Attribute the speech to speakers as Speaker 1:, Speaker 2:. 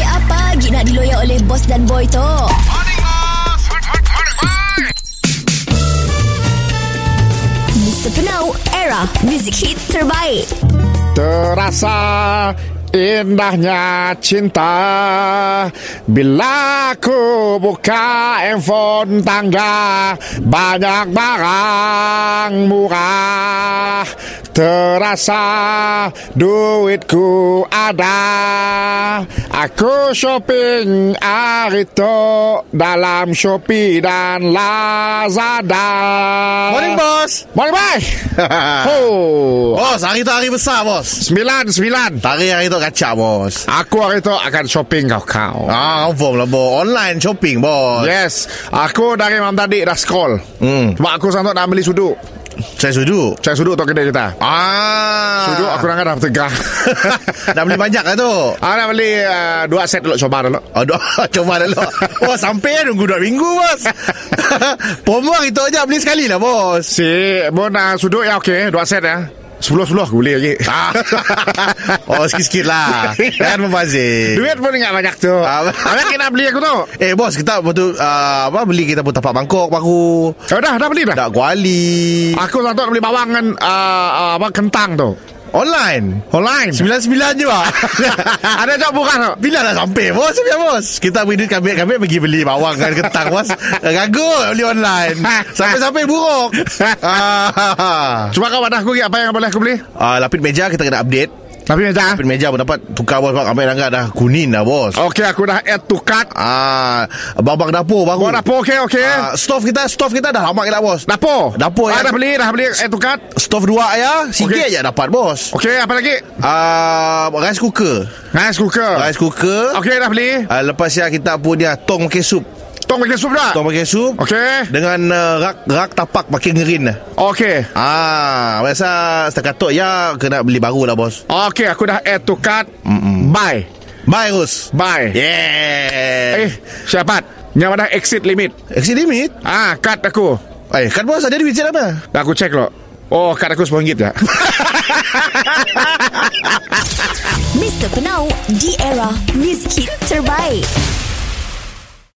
Speaker 1: lagi nak diloyak oleh bos dan boy tu? Mr. Penau, era music hit terbaik.
Speaker 2: Terasa indahnya cinta Bila ku buka handphone tangga Banyak barang murah Terasa duitku ada Aku shopping hari tu Dalam Shopee dan Lazada
Speaker 3: Morning bos
Speaker 2: Morning bye Oh
Speaker 3: Bos hari tu hari besar bos
Speaker 2: Sembilan, sembilan
Speaker 3: Tarikh hari tu kacak bos
Speaker 2: Aku hari tu akan shopping kau-kau
Speaker 3: Ah confirm lah bos Online shopping bos
Speaker 2: Yes Aku dari malam tadi dah scroll
Speaker 3: Hmm.
Speaker 2: Sebab aku sangat nak beli sudut
Speaker 3: Saya setuju
Speaker 2: Cari sudut tu kedai kita
Speaker 3: Ah
Speaker 2: Sudut aku dah dah tegah
Speaker 3: Dah beli banyak lah tu
Speaker 2: Aku nak beli uh, dua set dulu coba dulu
Speaker 3: Aduh, coba dah lah Oh, sampai lah nunggu 2 minggu, bos Promo hari tu aja beli sekali lah, bos
Speaker 2: Si Bon uh, sudut ya okey Dua set ya Sepuluh-sepuluh aku beli lagi
Speaker 3: ah. Oh, sikit-sikit lah Kan, membazir
Speaker 2: Duit pun ingat banyak tu
Speaker 3: Ah.
Speaker 2: Banyak yang nak beli aku tu
Speaker 3: Eh, bos, kita betul uh, apa beli kita pun tapak Bangkok baru
Speaker 2: Oh dah, dah beli dah
Speaker 3: Tak kuali
Speaker 2: Aku sangat nak beli bawang dengan uh, uh, apa, kentang tu
Speaker 3: Online
Speaker 2: Online
Speaker 3: Sembilan-sembilan je lah
Speaker 2: Ada jawab bukan tu
Speaker 3: Bila dah sampai bos Bila bos Kita beri duit kambing-kambing Pergi beli bawang kan kentang bos Ragut beli online Sampai-sampai buruk ah,
Speaker 2: Cuba kau wadah aku apa yang boleh aku beli
Speaker 3: ah, Lapit meja kita kena update
Speaker 2: Tapi meja
Speaker 3: Lapit meja pun dapat tukar bos Bang Ambil langgar dah kuning dah bos
Speaker 2: Okey aku dah add to cart
Speaker 3: ah, Babang dapur baru
Speaker 2: Buat dapur okey okey
Speaker 3: ah, Stove kita Stove kita dah lama kita bos
Speaker 2: Dapur
Speaker 3: Dapur,
Speaker 2: ah,
Speaker 3: ya.
Speaker 2: Dah beli dah beli air tukat
Speaker 3: Stove dua ya Sikit
Speaker 2: Okey.
Speaker 3: je dapat bos
Speaker 2: Okey apa lagi
Speaker 3: ah, Rice cooker
Speaker 2: Rice cooker
Speaker 3: Rice cooker
Speaker 2: Okey dah beli
Speaker 3: ah, Lepas ya kita punya Tong makan sup
Speaker 2: Tong makan sup dah
Speaker 3: Tong makan sup
Speaker 2: Okey
Speaker 3: Dengan uh, rak rak tapak makin ngerin lah.
Speaker 2: Okey
Speaker 3: Ah, biasa setakat tu ya kena beli baru lah bos.
Speaker 2: Okey aku dah air tukat
Speaker 3: Mm-mm.
Speaker 2: Buy
Speaker 3: Bye Rus.
Speaker 2: Buy
Speaker 3: Yeah.
Speaker 2: Eh syapat Yang ada exit limit
Speaker 3: exit limit.
Speaker 2: Ah kad aku
Speaker 3: Eh, kan bos ada duit je apa?
Speaker 2: Dah aku cek lo Oh kad aku RM10 ya
Speaker 1: Mr. Penau, di era music hit terbaik.